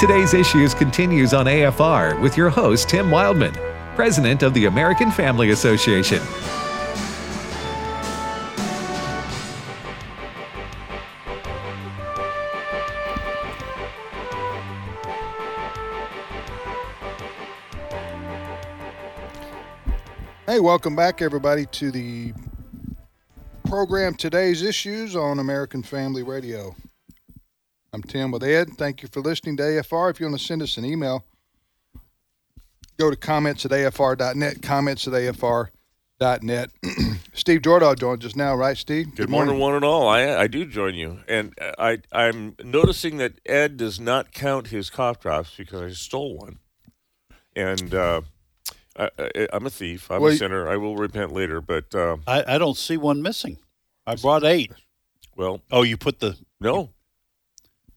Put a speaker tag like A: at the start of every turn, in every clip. A: Today's Issues continues on AFR with your host, Tim Wildman, President of the American Family Association.
B: Hey, welcome back, everybody, to the program Today's Issues on American Family Radio. I'm Tim with Ed. Thank you for listening to AFR. If you want to send us an email, go to comments at afr.net, comments at afr.net. Steve Jordaw joins us now, right, Steve?
C: Good, morning, one and all. I I do join you, and I I'm noticing that Ed does not count his cough drops because I stole one, and uh, I, I, I'm a thief. I'm
B: Well,
C: a
B: you-
C: sinner. I will repent later, but uh,
D: I, I don't see one missing. I brought eight.
C: well,
D: Oh, you put the
C: no.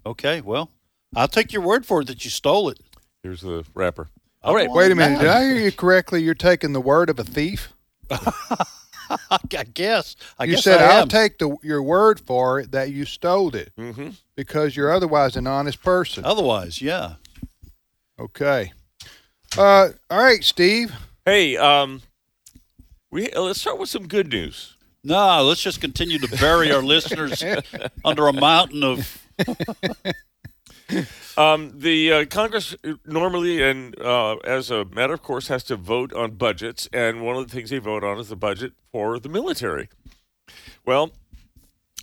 D: okay. Well, I'll take your word for it that you stole it.
C: Here's the wrapper.
D: All right,
B: Wait a minute. Did I hear you correctly? You're taking the word of a thief?
D: I, guess. I
B: you
D: guess
B: said,
D: I
B: will
D: am.
B: take the, your word for it that you stole it
C: Mm-hmm.
B: because you're otherwise an honest
D: Oh,
B: person.
D: Otherwise, yeah.
B: Okay. Uh, all right, Steve.
C: Hey, um, we uh, let's start with some good news.
D: No, let's just continue to bury our listeners under a mountain of.
C: Um, the uh, Congress normally, and uh, as a matter of course, has to vote on budgets, and one of the things they vote on is the budget for the military. Well,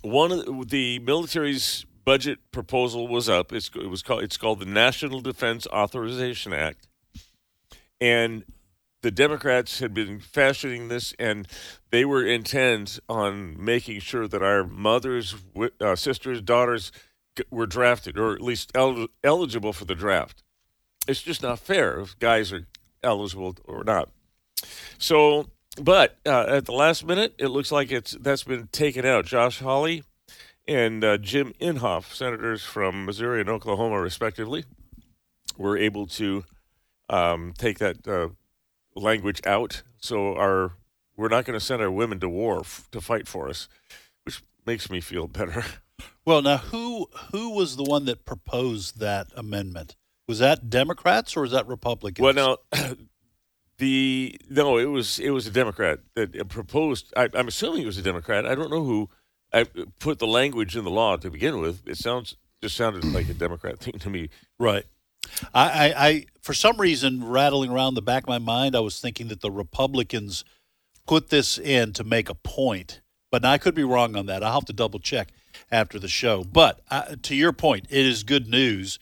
C: one of the, the military's budget proposal was up. It's, it was called. It's called the National Defense Authorization Act, and the Democrats had been fashioning this, and they were intent on making sure that our mothers, wi- uh, sisters, daughters g- were drafted, or at least el- eligible for the draft. It's just not fair if guys are eligible or not. So, but uh, at the last minute, it looks like it's that's been taken out. Josh Hawley and uh, Jim Inhofe, senators from Missouri and Oklahoma, respectively, were able to um, take that uh, language out. So our we're not going to send our women to war f- to fight for us, which makes me feel better.
D: Well, now who who was the one that proposed that amendment? Was that Democrats or was that Republicans?
C: Well, now the no, it was it was a Democrat that uh, proposed. I, I'm assuming it was a Democrat. I don't know who I put the language in the law to begin with. It sounds just sounded like a Democrat thing to me.
D: Right. I, I, I, for some reason, rattling around the back of my mind, I was thinking that the Republicans put this in to make a point, but I could be wrong on that. I'll have to double check after the show. But uh, to your point, it is good news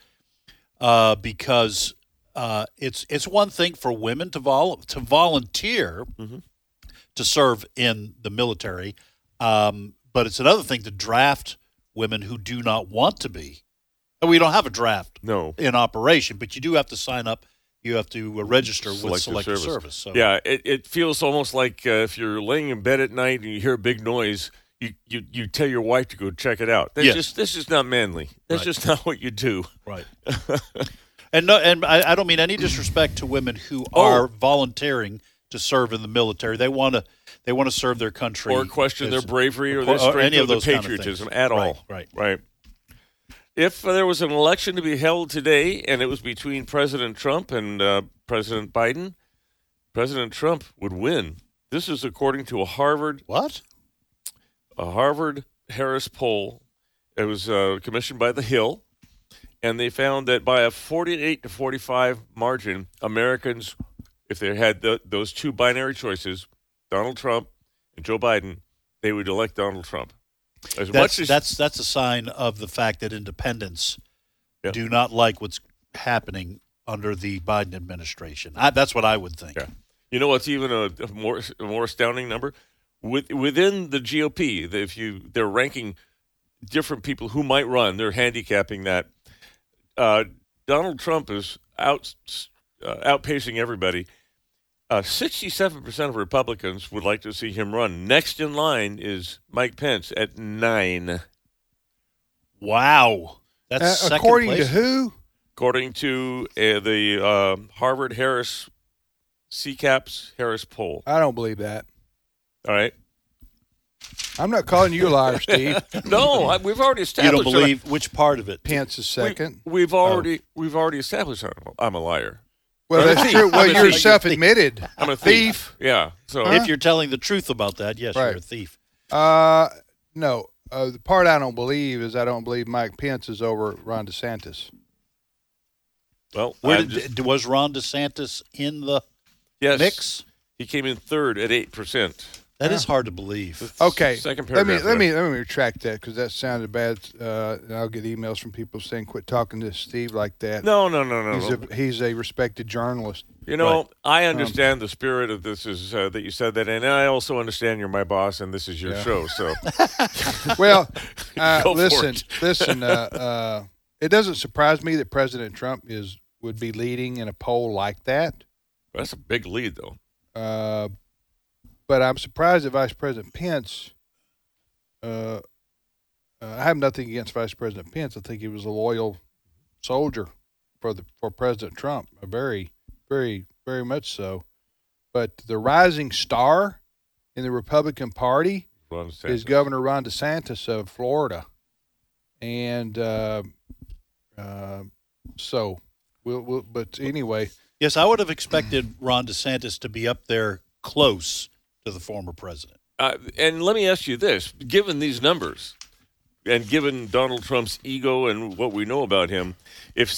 D: uh, because uh, it's it's one thing for women to vol to volunteer to serve in the military, um, but it's another thing to draft women who do not want to be. And We don't have a draft
C: No.
D: in operation, but you do have to sign up. You have to uh, register with Selective Service. so
C: Yeah, it, it feels almost like uh, if you're laying in bed at night and you hear a big noise, you, you, you tell your wife to go check it out. That's
D: Yes.
C: just this is not manly. That's
D: Right.
C: just not what you do.
D: right. and no, and I, I don't mean any disrespect to women who
C: Oh.
D: are volunteering to serve in the military. They want to they want to serve their country
C: or question their
D: as-
C: bravery or
D: or
C: their strength or,
D: any of
C: their
D: those kind of
C: patriotism
D: things.
C: at
D: Right,
C: all.
D: right.
C: right. If uh, there was an election to be held today, and it was between President Trump and uh, President Biden, President Trump would win. This is according to a Harvard
D: What?
C: a Harvard Harris poll. It was uh, commissioned by The Hill, and they found that by a 48 to 45 margin, Americans, if they had the, those two binary choices, Donald Trump and Joe Biden, they would elect Donald Trump. As
D: That's
C: much as
D: that's that's a sign of the fact that independents
C: Yeah.
D: do not like what's happening under the Biden administration. I, that's what I would think.
C: Yeah. You know what's even a, a more a more astounding number? With, within the GOP, the- if you they're ranking different people who might run, they're handicapping that. Uh, Donald Trump is out uh, outpacing everybody. Uh, Sixty-seven percent of Republicans would like to see him run. Next in line is Mike Pence at nine,
D: Wow. That's
B: Uh,
D: second
B: according
D: place.
B: to who?
C: according to uh, the um Harvard Harris CCAPS Harris poll.
B: I don't believe that.
C: All right.
B: I'm not calling you a liar, Steve.
C: No, I, we've already
D: You
C: established.
D: don't
C: that I-
D: believe which part of it?
B: Pence is second.
C: We, have already we've already established I'm, I'm a liar.
B: well,
C: I'm a
B: that's
C: thief.
B: true. Well,
C: I'm a
B: you're
C: thief.
B: self-admitted.
C: I'm a thief. Yeah. So
D: If you're telling the truth about that, yes,
B: Right.
D: you're a thief.
B: Uh, no. Uh, the part I don't believe is I don't believe Mike Pence is over Ron DeSantis.
C: well,
D: Where
C: I'm
D: did,
C: just-
D: d- was Ron DeSantis in the
C: yes,
D: mix?
C: He came in third at eight percent.
D: That is hard to believe.
B: Okay.
C: Second
B: let me
C: paragraph.
B: let me let me retract that because that sounded bad. Uh, and I'll get emails from people saying, "Quit talking to Steve like that."
C: No, no, no, no.
B: he's
C: no.
B: a he's a respected journalist.
C: you know, I understand the spirit of this is uh, that you said that, and I also understand you're my boss, and this is your show. So
B: Well,
C: Go
B: uh,
C: for
B: listen,
C: it.
B: listen. Uh, uh, it doesn't surprise me that President Trump is would be leading in a poll like that.
C: that's a big lead, though.
B: Uh, but I'm surprised that Vice President Pence. Uh, uh, I have nothing against Vice President Pence. I think he was a loyal soldier for the for President Trump, a very, very, very much so. But the rising star in the Republican Party
C: Ron DeSantis.
B: is Governor Ron DeSantis of Florida, and uh, uh, so we'll, we'll. But anyway,
D: Yes, I would have expected Ron DeSantis to be up there close to the former president.
C: Uh, and let me ask you this: Given these numbers, and given Donald Trump's ego and what we know about him, if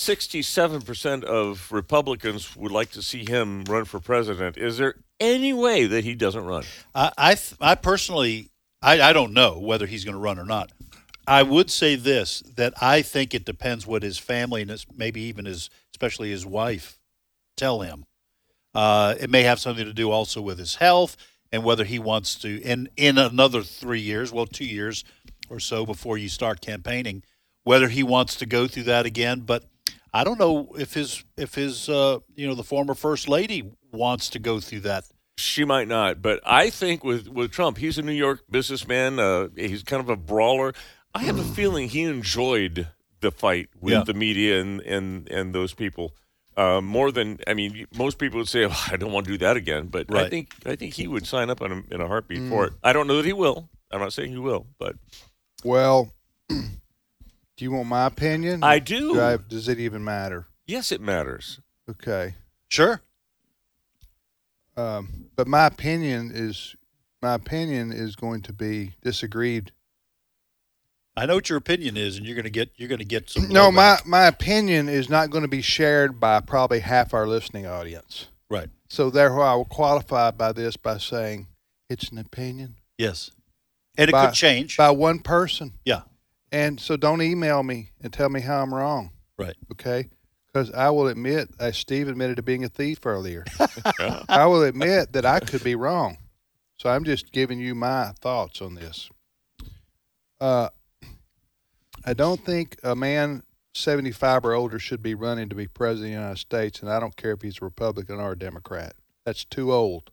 C: 67% of Republicans would like to see him run for president, is there any way that he doesn't run?
D: I, I, th- I personally, I, I don't know whether he's going to run or not. I would say this that I think it depends what his family and his, maybe even his, especially his wife, tell him. Uh, it may have something to do also with his health and whether he wants to. In in another three years, well, two years or so before you start campaigning, whether he wants to go through that again. But I don't know if his if his uh, you know the former first lady wants to go through that.
C: She might not, but I think with with Trump, he's a New York businessman. Uh, he's kind of a brawler. I have a feeling he enjoyed the fight with
D: Yeah.
C: the media and and and those people uh, more than I mean. Most people would say, oh, "I don't want to do that again," but I
D: Right. Mm.
C: think I think he would sign up on a, in a heartbeat for it. I don't know that he will. I'm not saying he will, but
B: well, do you want my opinion?
C: I do.
B: Do I- does it even matter?
C: yes, it matters.
B: Okay,
D: Sure.
B: um, but my opinion is my opinion is going to be disagreed.
D: I know what your opinion is, and you're gonna get you're gonna get some.
B: No, my
D: blowback.
B: my opinion is not going to be shared by probably half our listening audience.
D: right.
B: So therefore, I will qualify by this by saying it's an opinion
D: Yes, and it
B: By-
D: could change.
B: by one person.
D: yeah,
B: And so don't email me and tell me how I'm wrong,
D: right.
B: okay? Because I will admit, as Steve admitted to being a thief earlier, I will admit that I could be wrong. So I'm just giving you my thoughts on this. Uh, I don't think a man 75 or older should be running to be president of the United States, and I don't care if he's a Republican or a Democrat. That's too old.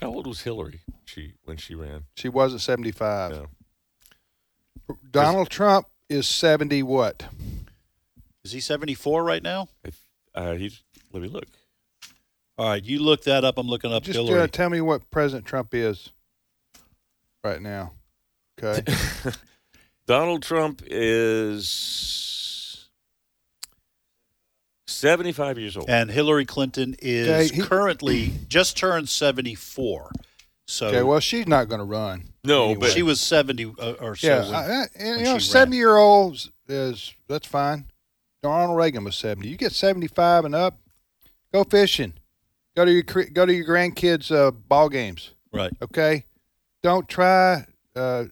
C: How old was Hillary? She when she ran?
B: She wasn't 75.
C: No.
B: Donald Trump is 70 what?
D: Is he 74 right now?
C: Uh, he's, let me look.
D: All right, you look that up. I'm looking up
B: Just
D: Hillary.
B: uh, tell me what President Trump is right now. Okay.
C: Donald Trump is 75 years old.
D: and Hillary Clinton is
B: Okay, he-
D: currently just turned 74. So
B: okay. Well, she's not going to run.
C: No, but
D: she was 70 uh, or so.
B: yeah.
D: when-
B: I, I- and,
D: when
B: you
D: she
B: know,
D: ran.
B: seventy year olds is that's fine. Ronald Reagan was seventy. You get seventy five and up, go fishing, go to your cre- go to your grandkids' uh, ball games.
D: right.
B: Okay. Don't try. Uh,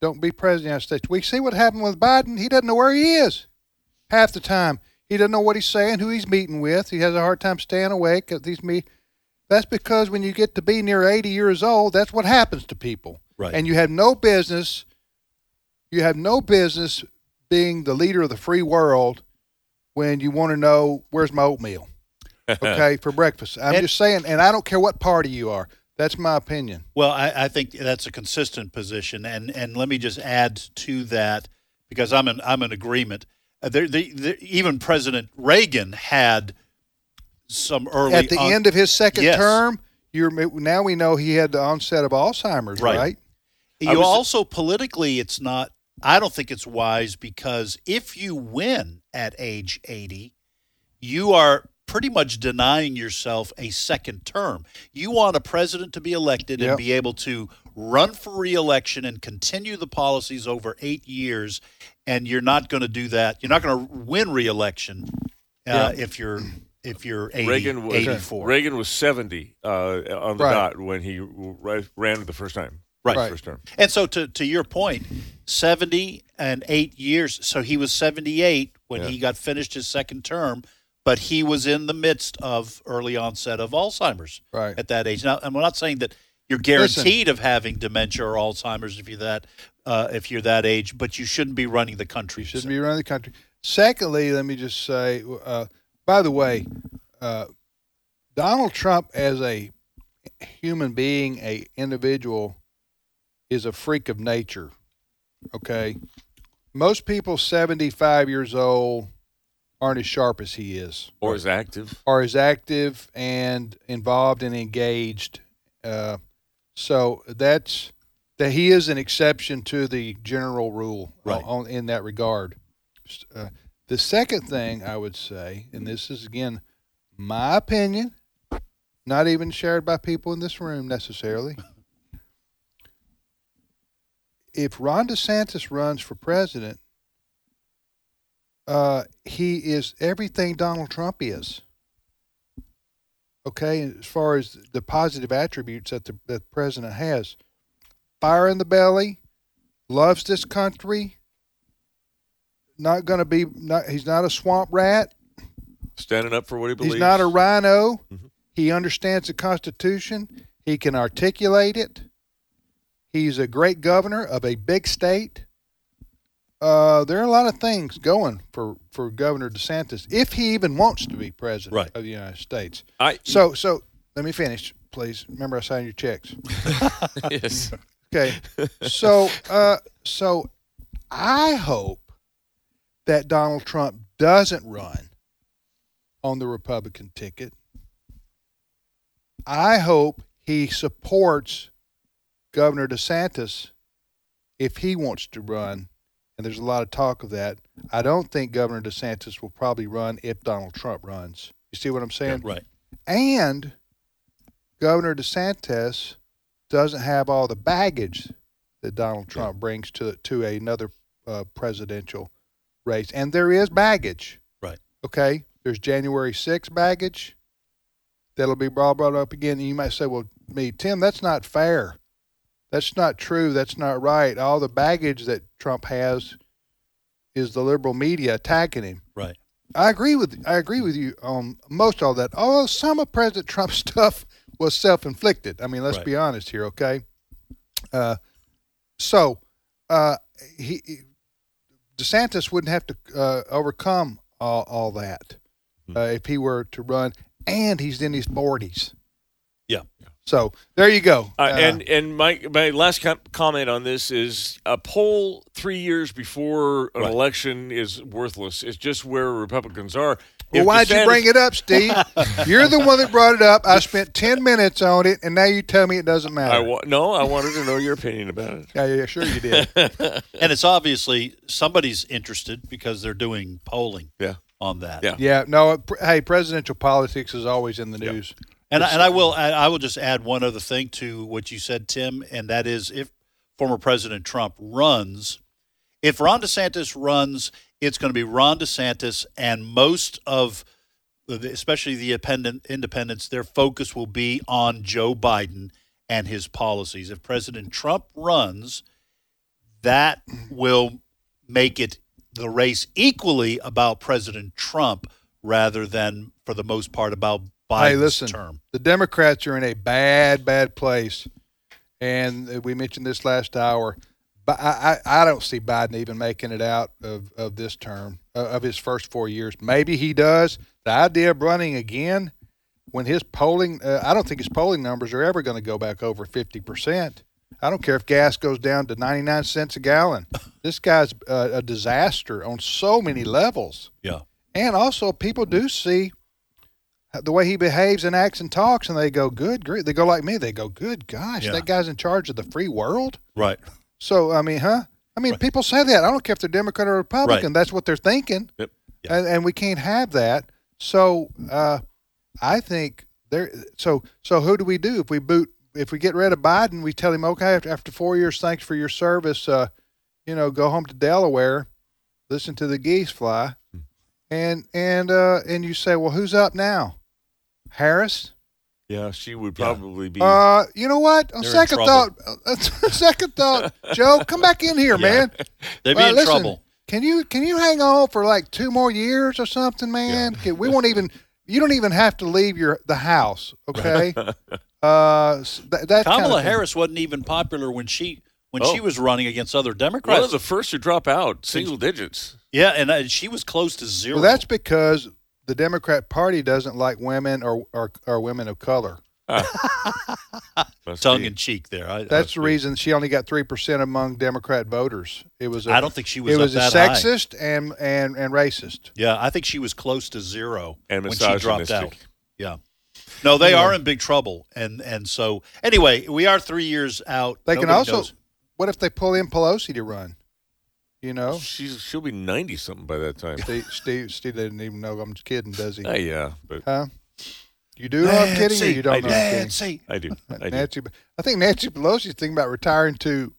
B: don't be president of the United States. We see what happened with Biden. He doesn't know where he is half the time. He doesn't know what he's saying, who he's meeting with. He has a hard time staying awake at these meet. That's because when you get to be near 80 years old, that's what happens to people.
D: Right.
B: And you have no business. You have no business being the leader of the free world when you want to know where's my oatmeal, okay, for breakfast. I'm
D: And-
B: just saying, and I don't care what party you are. That's my opinion.
D: Well, I, I think that's a consistent position, and and let me just add to that because I'm in I'm in agreement. Uh, there, the, the, even President Reagan had some early
B: at the
D: on-
B: end of his second
D: Yes.
B: term, You're, now we know he had the onset of Alzheimer's,
D: Right.
B: right?
C: I
D: You
C: was-
D: also politically, it's not. I don't think it's wise because if you win at age eighty, you are pretty much denying yourself a second term. You want a president to be elected and
B: Yep.
D: be able to run for reelection and continue the policies over eight years, and you're not going to do that. You're not going to win reelection uh, if you're if you're 80,
C: Reagan was
D: 84.
C: Reagan was seventy uh, on the
B: Right.
C: dot when he ri- ran the first time.
D: Right.
B: Right.
C: first term.
D: And so to to your point, 70 and 8 years, so he was 78 when he got finished his second term, but he was in the midst of early onset of Alzheimer's
B: Right.
D: at that age. Now, I'm not saying that you're
B: Listen.
D: guaranteed of having dementia or Alzheimer's if you're that uh, if you're that age, but you shouldn't be running the country.
B: Shouldn't be around the country. Secondly, let me just say, uh, by the way, uh, Donald Trump as a human being, a individual, is a freak of nature. Okay, most people seventy-five years old aren't as sharp as he is,
C: Or is active.
B: are as active and involved and engaged. Uh, so that's that he is an exception to the general rule
D: Right.
B: on, on- in that regard. S- Uh, the second thing I would say, and this is again my opinion, not even shared by people in this room necessarily. If Ron DeSantis runs for president, uh, he is everything Donald Trump is. Okay, as far as the positive attributes that the, that the president has, fire in the belly, loves this country. Not going to be. Not he's not a swamp rat.
C: Standing up for what he believes.
B: He's not a rhino.
C: Mhm.
B: He understands the Constitution. He can articulate it. He's a great governor of a big state. Uh, there are a lot of things going for, for Governor DeSantis if he even wants to be president
D: Right.
B: of the United States.
C: I
B: So, so let me finish, please. Remember, I signed your checks.
C: yes.
B: Okay. So, uh, so I hope that Donald Trump doesn't run on the Republican ticket. I hope he supports Governor DeSantis if he wants to run. And there's a lot of talk of that. I don't think Governor DeSantis will probably run if Donald Trump runs. You see what I'm saying?
D: Right.
B: And Governor DeSantis doesn't have all the baggage that Donald Trump brings to to another uh, presidential race. And there is baggage.
D: Right.
B: Okay. There's January 6th baggage that'll be brought, brought up again. And you might say, well, me, Tim, that's not fair. That's not true. That's not right. All the baggage that Trump has is the liberal media attacking him.
D: Right.
B: I agree with I agree with you on most all that. Although some of President Trump's stuff was self inflicted. I mean, let's
D: Right.
B: be honest here, okay? Uh, so uh, he he- DeSantis wouldn't have to uh, overcome all, all that
C: Hmm.
B: uh, if he were to run, and he's in his forties.
D: Yeah.
B: So there you go.
C: Uh, and and my my last com- comment on this is a poll three years before an
D: Right.
C: election is worthless. It's just where Republicans are.
B: Well,
C: If
B: why'd you
C: DeSantis-
B: bring it up, Steve? You're the one that brought it up. I spent ten minutes on it, and now you tell me it doesn't matter.
C: I wa- no, I wanted to know your opinion about it.
B: yeah, yeah, sure you did.
D: And it's obviously somebody's interested because they're doing polling
C: Yeah.
D: on that.
C: Yeah.
B: Yeah, no. uh, pr- Hey, presidential politics is always in the news.
D: And I, and I will I, I will just add one other thing to what you said, Tim, and that is if former President Trump runs, if Ron DeSantis runs, it's going to be Ron DeSantis and most of, the, especially the independent independents, their focus will be on Joe Biden and his policies. If President Trump runs, that will make it the race equally about President Trump rather than, for the most part, about Biden's
B: Hey, listen,
D: term.
B: the Democrats are in a bad, bad place, and uh, we mentioned this last hour. But I, I, I don't see Biden even making it out of, of this term uh, of his first four years. Maybe he does. The idea of running again when his polling, uh, I don't think his polling numbers are ever going to go back over fifty percent. I don't care if gas goes down to ninety nine cents a gallon. This guy's uh, a disaster on so many levels.
D: Yeah.
B: And also, people do see, the way he behaves and acts and talks, and they go, good, grief. They go like me. They go, good gosh,
D: Yeah.
B: that guy's in charge of the free world.
D: Right.
B: So I mean, huh? I mean,
D: Right.
B: people say that. I don't care if they're Democrat or Republican. That's what they're thinking,
C: Yep.
D: Yeah.
B: and, and we can't have that. So uh, I think there. So so who do we do if we boot? If we get rid of Biden, we tell him, okay, after, after four years, thanks for your service. Uh, you know, go home to Delaware, listen to the geese fly, and and uh, and you say, well, who's up now? Harris.
C: Yeah, she would probably be.
B: Uh, you know what? On
D: They're in
B: second thought, uh,
D: trouble.
B: second thought, Joe, come back in here, man.
D: They'd be
B: Well,
D: in
B: listen,
D: trouble.
B: Can you can you hang on for like two more years or something, man? Okay, We won't even. You don't even have to leave your the house, okay? uh, s- that, that kind of
D: Kamala
B: thing.
D: Harris wasn't even popular when she when
C: Oh.
D: she was running against other Democrats.
C: one of the first to drop out, single digits.
D: yeah, and uh, she was close to zero.
B: Well, that's because the Democrat Party doesn't like women or or, or women of color.
C: Must
D: tongue
C: be.
D: in cheek there. I, uh,
B: That's the reason she only got three percent among Democrat voters. It was a,
D: I don't think she was
B: it
D: up
B: was a
D: that high.
B: sexist and and and racist.
D: yeah, I think she was close to zero
C: And
D: when she dropped
C: misogynistic.
D: out. Yeah. No, they are in big trouble, and and so anyway, we are three years out.
B: They can
D: Nobody
B: also.
D: knows.
B: What if they pull in Pelosi to run? You know,
C: She's she'll be ninety something by that time.
B: Steve, Steve, Steve didn't even know. I'm kidding, does he?
C: Ah, yeah, but
B: Huh? You do know I'm kidding, or
D: Nancy,
B: you don't know
C: I do.
B: I'm kidding?
D: Nancy.
C: I do. I do.
B: Nancy, I think Nancy Pelosi's thinking about retiring to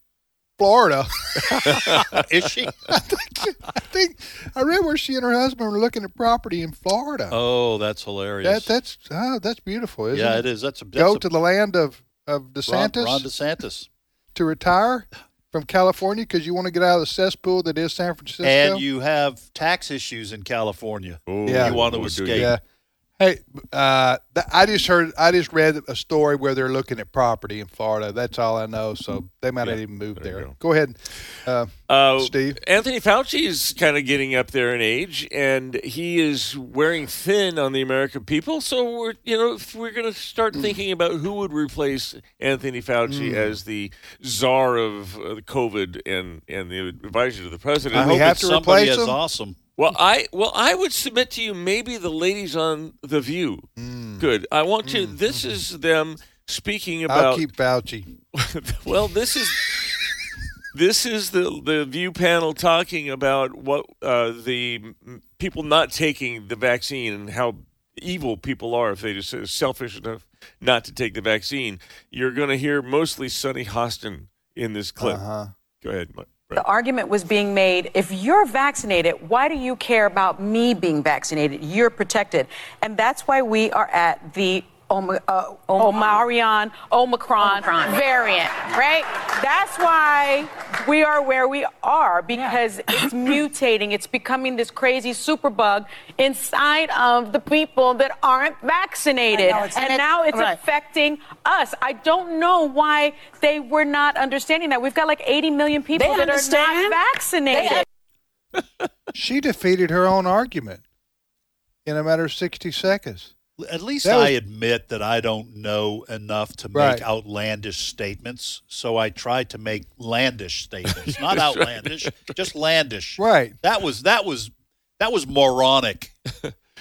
B: Florida.
D: is she?
B: I think I read where she and her husband were looking at property in Florida.
D: Oh, that's hilarious.
B: that that's oh, that's beautiful, isn't
D: yeah,
B: it?
D: it is. That's a that's
B: Go
D: a-
B: to the land of of
D: Ron,
B: DeSantis
D: Ron DeSantis,
B: to retire from California because you want to get out of the cesspool that is San Francisco.
D: and you have tax issues in California.
C: Oh,
B: Yeah.
D: You want to
C: oh, do
D: escape?
B: yeah. Hey, uh, th- I just heard, I just read a story where they're looking at property in Florida. That's all I know. So they might not even move
C: there
B: there.
C: you
B: Go. ahead. Uh,
C: Uh,
B: Steve?
C: Anthony Fauci is kind of getting up there in age, and he is wearing thin on the American people. So we're, you know, if we're going to start
D: Mm.
C: thinking about who would replace Anthony Fauci as the czar of uh, COVID and and the advisor to the president.
D: I hope
B: have
D: it's
B: to
D: somebody
B: replace
D: as
B: them?
D: awesome.
C: Well, I well I would submit to you maybe the ladies on the View. Good. I want to. This is them speaking
B: Mm. I'll
C: about.
B: keep Fauci.
C: well, this is this is the the View panel talking about what uh, the m- people not taking the vaccine and how evil people are if they just are selfish enough not to take the vaccine. You're going to hear mostly Sonny Hostin in this clip.
B: Uh-huh.
C: Go ahead. Mike.
E: The argument was being made if you're vaccinated, why do you care about me being vaccinated? You're protected. And that's why we are at the Om- uh, Omarion Omicron,
F: Omicron.
E: variant, right? That's why we are where we are because it's mutating. It's becoming this crazy superbug inside of the people that aren't vaccinated.
F: I know, it's-
E: and
F: and it-
E: now it's
F: right.
E: affecting us. I don't know why they were not understanding that. We've got like 80 million people
F: They
E: people that are
F: understand.
E: not vaccinated.
F: They-
B: She defeated her own argument in a matter of 60 seconds.
D: L- At least
B: That
D: I
B: was-
D: admit that I don't know enough to make
B: Right.
D: outlandish statements, so I try to make landish statements, not outlandish, just landish.
B: Right.
D: That was that was that was moronic.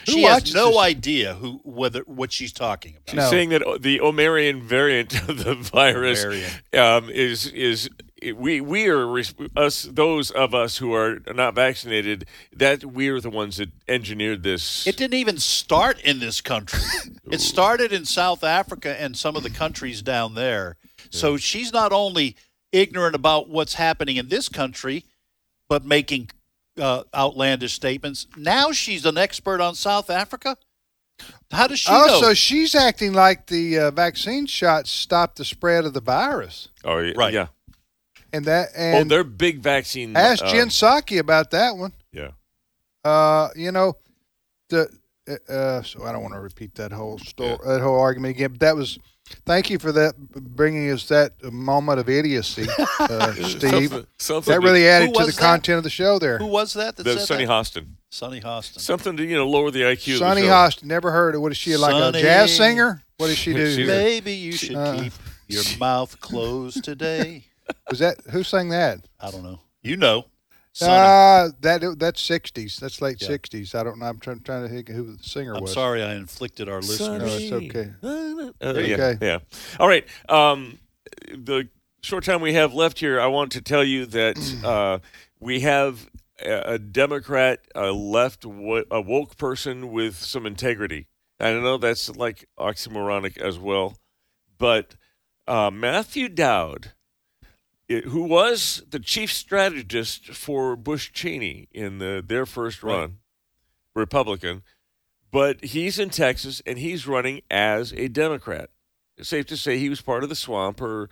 D: she
B: watches
D: has no
B: this?
D: idea who whether what she's talking about.
C: She's saying that o- the Omarian variant of the virus
D: Variant.
C: um, is is we we are res- us those of us who are not vaccinated that we are the ones that engineered this.
D: It didn't even start in this country. it started in South Africa and some of the countries down there. So she's not only ignorant about what's happening in this country, but making uh, outlandish statements. Now she's an expert on South Africa. How does she
B: oh,
D: know?
B: so she's acting like the uh, vaccine shots stopped the spread of the virus.
C: oh yeah,
D: Right.
C: Yeah.
B: And that,
C: Oh,
B: and
C: they're big vaccine.
B: ask
C: uh,
B: Jen Psaki about that one.
C: Yeah.
B: Uh, you know, the uh, uh, so I don't want to repeat that whole story, that whole argument again. But that was, thank you for that bringing us that moment of idiocy, uh, Steve.
C: Something- something
B: that
C: to-
B: really added
D: Who
B: to the
D: was that?
B: content of the show there.
D: Who was that? that
C: The
D: said
C: Sonny
D: that?
C: Hostin.
D: Sonny Hostin.
C: Something to you know lower the IQ. of the
B: Sonny
C: show.
B: Hostin, never heard of. What is she like
D: uh, Sonny.
B: a jazz singer? What does she
C: She's
B: do?
C: a-
D: Maybe you should
B: uh,
D: keep your mouth closed today.
B: Was that who sang that?
D: I don't know. You know. Sonny.
B: Uh, that that's sixties. That's late
D: Yeah.
B: sixties. I don't know. I'm trying, trying to think who the singer
D: I'm
B: was.
D: sorry I inflicted our listeners.
B: No, it's okay.
C: Uh, yeah,
B: Okay.
C: yeah. All right. Um, the short time we have left here, I want to tell you that uh, we have a, a Democrat, a left, wo- a woke person with some integrity. I know that's like oxymoronic as well, but uh, Matthew Dowd, i- who was the chief strategist for Bush Cheney in the, their first run, Republican, but he's in Texas and he's running as a Democrat. It's safe to say he was part of the swamp or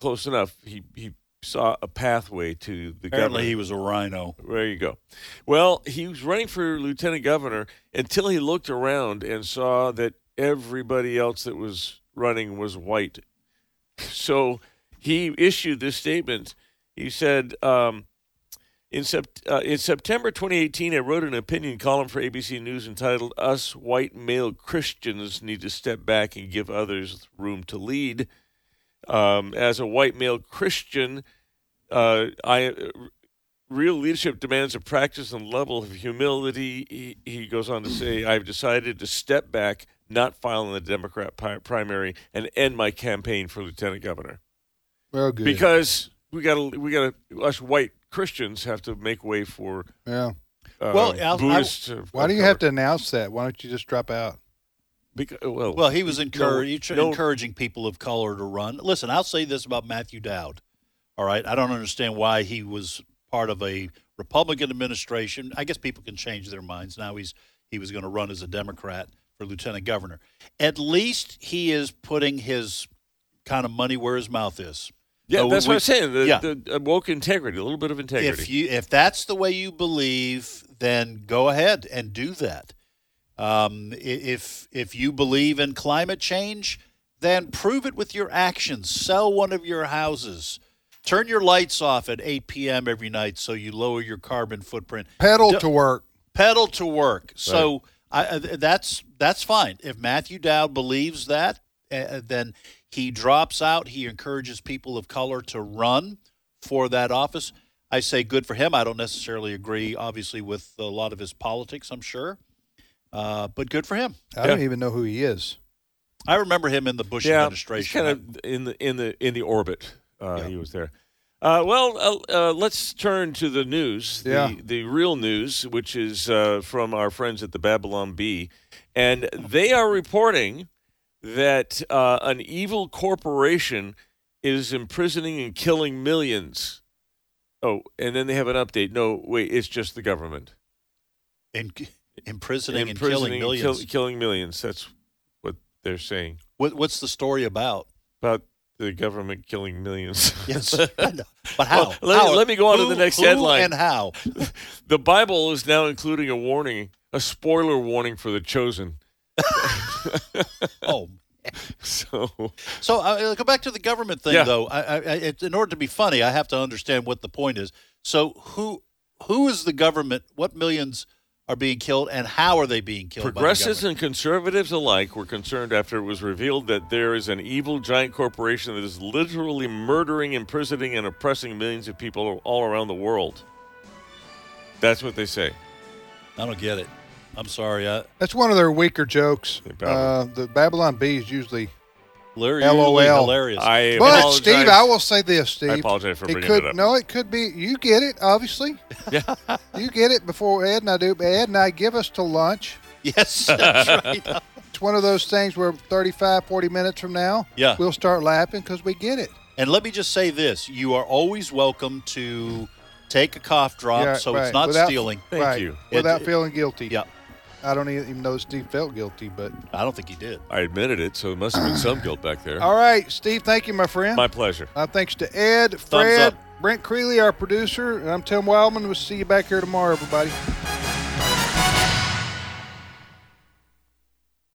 C: close enough. He he saw a pathway to the
D: Apparently
C: governor.
D: he was a rhino.
C: There you go. Well, he was running for lieutenant governor until he looked around and saw that everybody else that was running was white. So he issued this statement. He said, um, in, sept- uh, in September 2018, I wrote an opinion column for ABC News entitled Us White Male Christians Need to Step Back and Give Others Room to Lead. Um, as a white male Christian, uh, I real leadership demands a practice and level of humility. He, he goes on to say, I've decided to step back, not file in the Democrat pi- primary, and end my campaign for lieutenant governor.
B: Well, good.
C: Because we got to, we got to, us white Christians have to make way for
B: yeah.
C: uh,
D: Well, Al- I-
C: Buddhists. of-
B: Why
C: of
B: do you have
C: color.
B: to announce that? Why don't you just drop out?
C: Beca- uh, well,
D: Well, he was encouraging
C: no-
D: encouraging people of color to run. Listen, I'll say this about Matthew Dowd. All right, I don't understand why he was part of a Republican administration. I guess people can change their minds. Now he's he was going to run as a Democrat for lieutenant governor. At least he is putting his kind of money where his mouth is.
C: yeah,
D: So
C: that's
D: we-
C: what I'm saying. The,
D: yeah.
C: the, uh, woke integrity, a little bit of integrity.
D: If you if that's the way you believe, then go ahead and do that. Um, i- if if you believe in climate change, then prove it with your actions. Sell one of your houses. Turn your lights off at 8 p.m. every night so you lower your carbon footprint.
B: Pedal
D: D-
B: to work.
D: pedal to work. So I, uh, th- that's that's fine. If Matthew Dowd believes that, uh, uh, then he drops out. He encourages people of color to run for that office. I say good for him. I don't necessarily agree, obviously, with a lot of his politics. I'm sure, uh, but good for him.
B: I don't even know who he is.
D: I remember him in the Bush
C: yeah,
D: administration.
C: Kind of in the in the in the orbit. Uh, He was there. Uh, well, uh, uh, let's turn to the news, the,
B: Yeah.
C: the real news, which is uh, from our friends at the Babylon Bee. And they are reporting that uh, an evil corporation is imprisoning and killing millions. Oh, and then they have an update. No, wait, it's just the government.
D: uh, in, imprisoning,
C: Imprisoning
D: and killing
C: and kill-
D: millions.
C: killing millions. That's what they're saying
D: What, what's the story about?
C: about the government killing millions.
D: Yes, I know. but how?
C: Well, let me-
D: How?
C: let me go on to
D: Who-
C: the next
D: who
C: headline.
D: And how?
C: The Bible is now including a warning, a spoiler warning for the chosen.
D: Oh
C: So,
D: So uh, go back to the government thing,
C: Yeah.
D: though. I, I, I, it, in order to be funny, I have to understand what the point is. So who who is the government? What millions are being killed, and how are they being killed?
C: progressives
D: by the
C: and conservatives alike were concerned after it was revealed that there is an evil giant corporation that is literally murdering, imprisoning, and oppressing millions of people all around the world. That's what they say.
D: government? I don't get it. I'm sorry. uh, I,
B: That's one of their weaker jokes.
C: Yeah,
B: Uh,
C: probably.
B: the Babylon Bee is usually.
D: Larry,
B: LOL.
D: hilarious.
C: I
B: but
C: apologize.
B: Steve, I will say this, Steve.
C: I apologize for
B: it
C: bringing
B: could
C: it up.
B: no, it could be. You get it, obviously. Yeah. you get it before Ed and I do. But Ed and I give us to lunch.
D: yes, that's right.
B: It's one of those things where 35, 40 minutes from now,
D: Yeah.
B: we'll start laughing because we get it.
D: And let me just say this: you are always welcome to take a cough drop,
B: Yeah,
D: so
B: right.
D: it's not
B: Without-
D: stealing.
C: Thank
B: right,
C: you.
B: Without
D: It-
B: feeling guilty.
D: Yeah,
B: I don't e-, even even know Steve felt guilty, but
D: I don't think he did.
C: I admitted it, so there must have been some guilt back there.
B: all right, Steve. Thank you, my friend.
C: My pleasure.
B: Uh, thanks to Ed, Fred,
D: up.
B: Brent Creeley, our producer, and I'm Tim Wildman. We'll see you back here tomorrow, everybody.